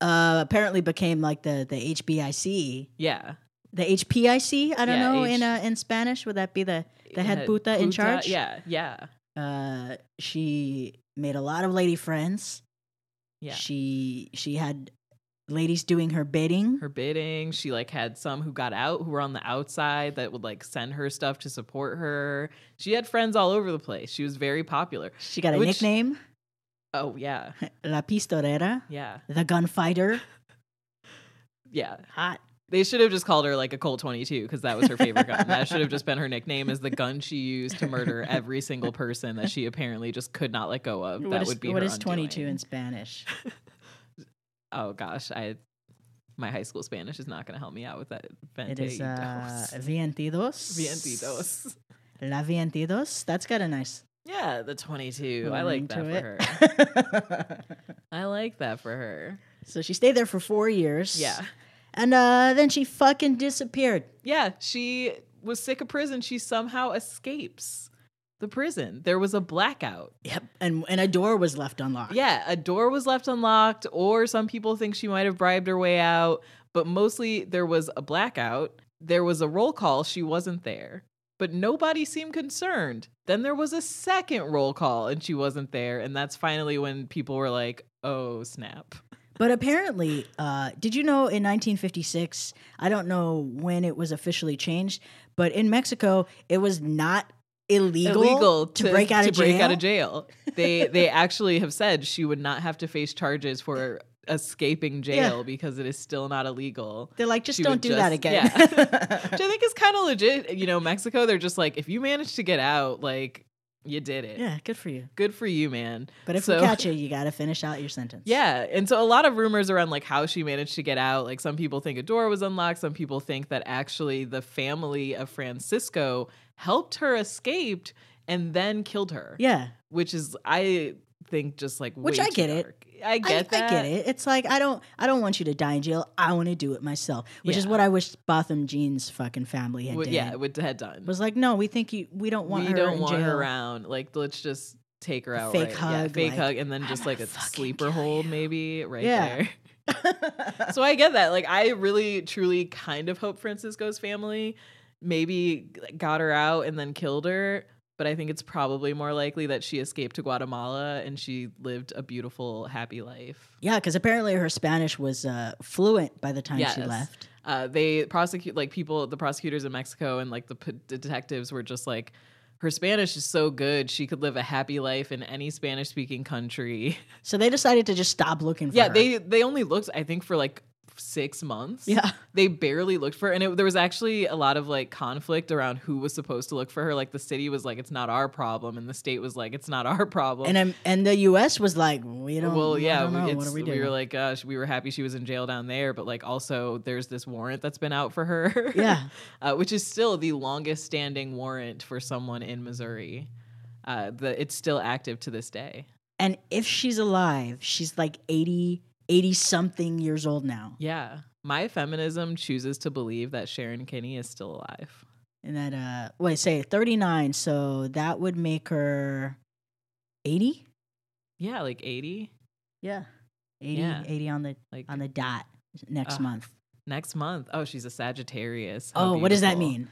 S1: uh, uh, apparently became like the, the HBIC.
S2: yeah.
S1: The HPIC? I don't
S2: Yeah,
S1: know.
S2: H-
S1: in uh, in Spanish, would that be the. The head
S2: Uh,
S1: puta in charge?
S2: Yeah, yeah.
S1: Uh, she made a lot of lady friends.
S2: Yeah.
S1: She she had ladies doing her bidding.
S2: her bidding. She like had some who got out who were on the outside that would like send her stuff to support her. She had friends all over the place. She was very popular.
S1: she got a
S2: which-
S1: nickname, [LAUGHS]
S2: Oh yeah.
S1: La Pistolera,
S2: Yeah.
S1: the gunfighter.
S2: Yeah.
S1: Hot.
S2: They should have just called her like a Colt 22 because that was her favorite gun. That should have just been her nickname is the gun she used to murder every single person that she apparently just could not let go of.
S1: What
S2: that
S1: is
S2: would be
S1: what
S2: her
S1: is 22
S2: undoing.
S1: in
S2: [LAUGHS]
S1: Spanish?
S2: Oh gosh, I my high school Spanish is not going to help me out with that.
S1: It is uh,
S2: [LAUGHS] Venteidos.
S1: Vientidos.
S2: Vientidos.
S1: La Vientidos. That's got a nice.
S2: Yeah, the 22. I
S1: little
S2: like
S1: ring
S2: that for her.
S1: [LAUGHS] to it.
S2: I like that for her.
S1: so she stayed there for four years.
S2: Yeah.
S1: And uh, then she fucking disappeared.
S2: Yeah, she was sick of prison. She somehow escapes the prison. There was a blackout.
S1: Yep. And and a door was left unlocked.
S2: Yeah, a door was left unlocked, or some people think she might have bribed her way out, but mostly there was a blackout. There was a roll call. She wasn't there, but nobody seemed concerned. Then there was a second roll call and she wasn't there. And that's finally when people were like, oh, snap.
S1: But apparently, uh, did you know in 1956, I don't know when it was officially changed, but in Mexico, it was not illegal,
S2: illegal
S1: to, break out
S2: to
S1: of jail.
S2: break out of jail. They they actually have said she would not have to face charges for escaping jail because it is still not illegal.
S1: They're like, just
S2: She
S1: don't
S2: would
S1: do that
S2: just-
S1: again.
S2: [LAUGHS] Which I think is kind of legit. You know, Mexico, they're just like, if you manage to get out, like you did
S1: [LAUGHS]
S2: it.
S1: yeah, good for you.
S2: Good for you, man.
S1: But if
S2: So-
S1: we catch you, you got to finish out your sentence.
S2: Yeah. And so a lot of rumors around like how she managed to get out. Like some people think a door was unlocked. Some people think that actually the family of Francisco helped her escaped and then killed her.
S1: Yeah.
S2: which is I think just like
S1: Which
S2: way
S1: I
S2: too
S1: get it.
S2: dark. I
S1: I,
S2: get
S1: I
S2: that.
S1: get it. It's like I don't I don't want you to die in jail. I want to do it myself, which is
S2: Yeah.
S1: what I wish Botham Jean's fucking family had
S2: Would-
S1: done.
S2: yeah, would had done.
S1: was like, no, we think you. We don't want
S2: we
S1: her
S2: don't
S1: in
S2: want
S1: jail.
S2: her around. Like let's just take her out.
S1: Fake
S2: right. yeah,
S1: hug,
S2: fake
S1: like,
S2: hug, and then
S1: I'm
S2: just
S1: gonna
S2: like a
S1: fucking
S2: sleeper
S1: kill
S2: hold maybe right
S1: Yeah. [LAUGHS]
S2: there. so I get that. Like I really truly kind of hope Francisco's family maybe got her out and then killed her. But I think it's probably more likely that she escaped to Guatemala and she lived a beautiful, happy life.
S1: Yeah, because apparently her Spanish was uh, fluent by the time she
S2: Yes.
S1: left.
S2: uh, they prosecute like people the prosecutors in mexico and like the p- detectives were just like her spanish is so good she could live a happy life in any spanish speaking
S1: [LAUGHS]
S2: country
S1: So they decided to just stop looking for
S2: yeah
S1: her.
S2: they they only looked i think for like six months
S1: Yeah.
S2: they barely looked for her and it, there was actually a lot of like conflict around who was supposed to look for her like the city was like it's not our problem and the state was like it's not our [LAUGHS] problem
S1: and um, and the U.S. was like, we don't.
S2: well, yeah,
S1: I don't know.
S2: it's,
S1: what are we
S2: we,
S1: doing?
S2: were like, gosh, we were happy she was in jail down there, but like also there's this warrant that's been out for her.
S1: Yeah.
S2: uh, which is still the longest standing warrant for someone in Missouri. Uh, the, it's still active to this day.
S1: and if she's alive, she's like 80, 80 something years old now,
S2: Yeah. My feminism chooses to believe that Sharon Kinney is still alive.
S1: and that uh, wait, say thirty nine. So that would make her eighty.
S2: Yeah, like 80,
S1: Yeah. 80,
S2: Yeah.
S1: 80 on the
S2: like
S1: on the dot next
S2: Ugh.
S1: month.
S2: next month. Oh, she's a Sagittarius.
S1: Oh,
S2: How
S1: what does that
S2: beautiful.
S1: mean?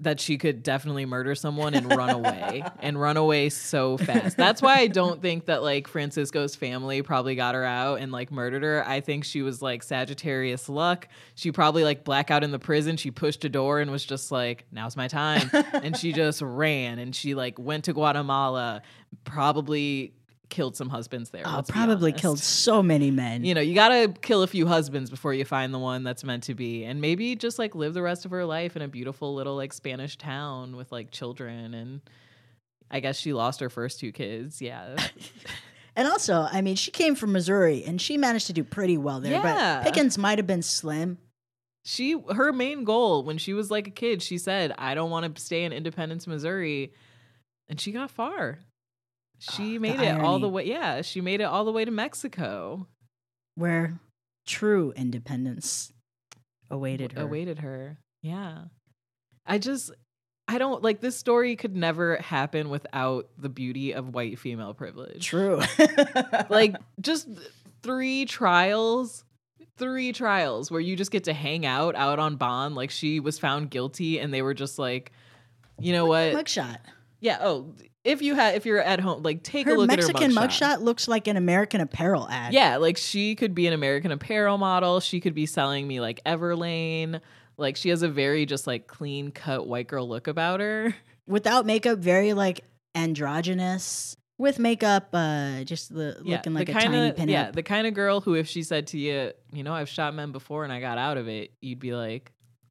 S2: that she could definitely murder someone and run
S1: [LAUGHS]
S2: away and run away so fast. That's why I don't think that like Francisco's family probably got her out and like murdered her. I think she was like Sagittarius luck. She probably like blackout in the prison. She pushed a door and was just like, now's
S1: [LAUGHS]
S2: my time. [LAUGHS] and she just ran and she like went to Guatemala, probably killed some husbands there.
S1: Oh,
S2: let's be
S1: probably
S2: honest.
S1: killed so many men.
S2: You know, you gotta kill a few husbands before you find the one that's meant to be, and maybe just like live the rest of her life in a beautiful little like Spanish town with like children and I guess she lost her first two kids.
S1: [LAUGHS]
S2: Yeah.
S1: And also, I mean, she came from Missouri and she managed to do pretty well there,
S2: Yeah.
S1: but Pickens might have been slim.
S2: she her main goal when she was like a kid, she said, "I don't want to stay in Independence, Missouri." And she got far. She
S1: Ah,
S2: made
S1: the
S2: it all the
S1: irony.
S2: way. Yeah, she made it all the way to Mexico.
S1: where true independence awaited her.
S2: w- Awaited her. Yeah. I just I don't like this story could never happen without the beauty of white female privilege.
S1: True.
S2: Like just th- three trials, three trials where you just get to hang out out on bond like she was found guilty and they were just like you know what?
S1: [LAUGHS] mugshot.
S2: yeah, oh, if you had if you're at home like take a
S1: Her
S2: look at
S1: Mexican
S2: her
S1: mugshot. looks like an American Apparel ad.
S2: yeah, like she could be an American Apparel model. She could be selling me like Everlane. Like she has a very just like clean cut white girl look about her.
S1: Without makeup, very like androgynous. With makeup, uh, just the, [LAUGHS] looking like
S2: the
S1: a tiny
S2: kinda,
S1: pinup.
S2: Yeah, the kind of girl who, if she said to you, you know, I've shot men before and I got out of it, you'd be like,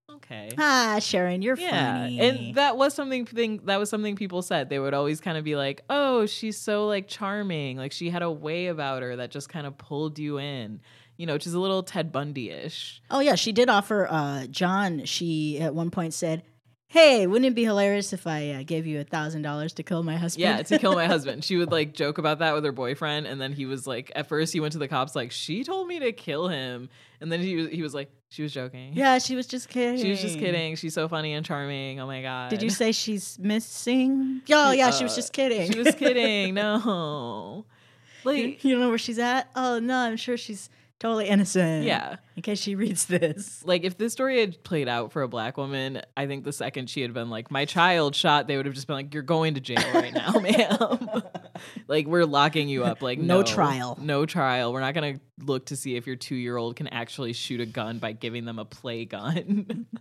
S2: okay.
S1: ah, Sharon, you're
S2: Yeah,
S1: funny.
S2: and that was something thing that was something people said. They would always kind of be like, "Oh, she's so like charming. Like she had a way about her that just kind of pulled you in." You know, which is a little Ted Bundy-ish.
S1: oh yeah, she did offer uh, John. She at one point said, "Hey, wouldn't it be hilarious if I uh, gave you a thousand dollars to kill my husband?"
S2: Yeah, to kill my husband. She
S1: [LAUGHS]
S2: would like joke about that with her boyfriend, and then he was like, at first he went to the cops like, she told me to kill him, and then he was he was like, she was joking.
S1: yeah, she was just kidding.
S2: she was just kidding. She's so funny and charming. Oh my god.
S1: Did you say she's missing? Oh yeah, she was
S2: Uh,
S1: just kidding.
S2: She was kidding. No,
S1: you [LAUGHS]
S2: like
S1: you don't know where she's at? Oh no, I'm sure she's totally innocent.
S2: yeah,
S1: In case she reads this.
S2: like if this story had played out for a black woman, I think the second she had been like, my child shot, they would have just been like, you're going to jail right
S1: [LAUGHS]
S2: now, [LAUGHS] ma'am. like we're locking you up. Like
S1: No trial.
S2: no trial. We're not gonna look to see if your two year old can actually shoot a gun by giving them a play gun. [LAUGHS]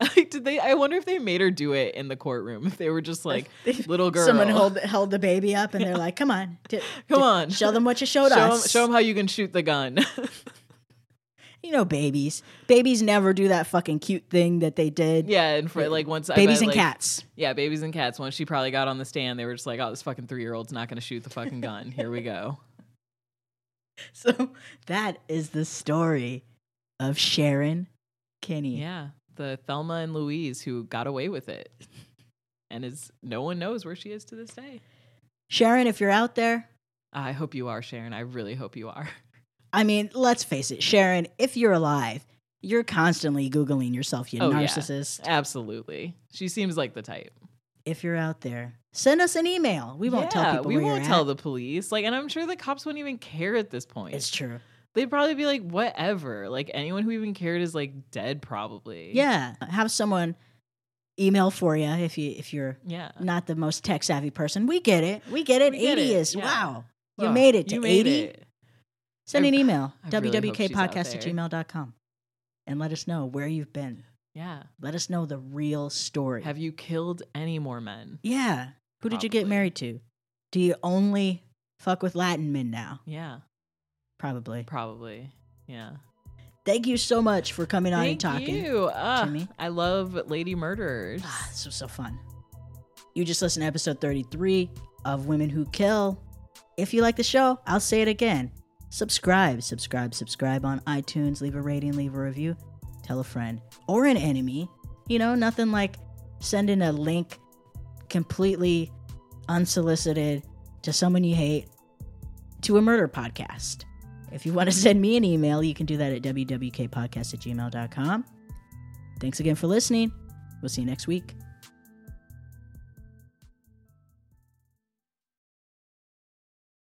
S2: Like, Did they? I wonder if they made her do it in the courtroom. If they were just like little girl,
S1: Someone hold, held the baby up and they're like, "Come on, di-
S2: [LAUGHS] Come
S1: di-
S2: on.
S1: show them what you
S2: show
S1: showed
S2: them,
S1: us."
S2: how you can shoot the gun. [LAUGHS]
S1: You know, babies. Babies never do that fucking cute thing that they did.
S2: yeah, and for like once I
S1: Babies
S2: bet,
S1: and
S2: like, [LAUGHS]
S1: cats.
S2: Yeah, babies and cats. Once she probably got on the stand, they were just like, "Oh, this fucking three year old's not going to shoot the fucking gun. Here
S1: [LAUGHS]
S2: we go."
S1: So that is the story of Sharon Kinney.
S2: Yeah, the Thelma and Louise who got away with it, and is no one knows where she is to this day.
S1: Sharon, if you're out there,
S2: I hope you are, Sharon. I really hope you are. [LAUGHS]
S1: I mean, let's face it, Sharon, if you're alive, you're constantly Googling yourself, you
S2: Oh, yeah.
S1: narcissist.
S2: Absolutely, she seems like the type.
S1: If you're out there, send us an email. We won't
S2: Yeah,
S1: tell people
S2: We
S1: where
S2: won't
S1: you're
S2: tell
S1: at.
S2: the police. Like, and I'm sure the cops wouldn't even care at this point.
S1: It's true.
S2: They'd probably be like, "Whatever." Like anyone who even cared is like dead, probably.
S1: Yeah, have someone email for you if you if you're
S2: Yeah.
S1: not the most tech savvy person. We get it. We get it.
S2: Uh. We get
S1: 80
S2: it,
S1: is
S2: yeah.
S1: wow. You
S2: Ugh,
S1: made it to
S2: you made
S1: 80?
S2: it.
S1: Send
S2: I-
S1: an email
S2: I really hope she's out
S1: www.kpodcast at
S2: there.
S1: gmail.com and let us know where you've been.
S2: Yeah.
S1: Let us know the real story.
S2: Have you killed any more men?
S1: yeah. Who did you get
S2: Probably.
S1: married to? Do you only fuck with Latin men now?
S2: Yeah,
S1: Probably.
S2: probably. Yeah.
S1: Thank you so much for coming on and
S2: Thank
S1: talking.
S2: you. Ugh,
S1: Jimmy.
S2: I love Lady Murderers.
S1: Ah, this was so fun. You just listened to episode 33 of Women Who Kill. If you like the show, I'll say it again. Subscribe, subscribe, subscribe on iTunes. Leave a rating, leave a review. Tell a friend or an enemy. You know, nothing like sending a link completely unsolicited to someone you hate to a murder podcast. If you want to [LAUGHS] send me an email, you can do that at wwkpodcast at gmail.com. Thanks again for listening. We'll see you next week.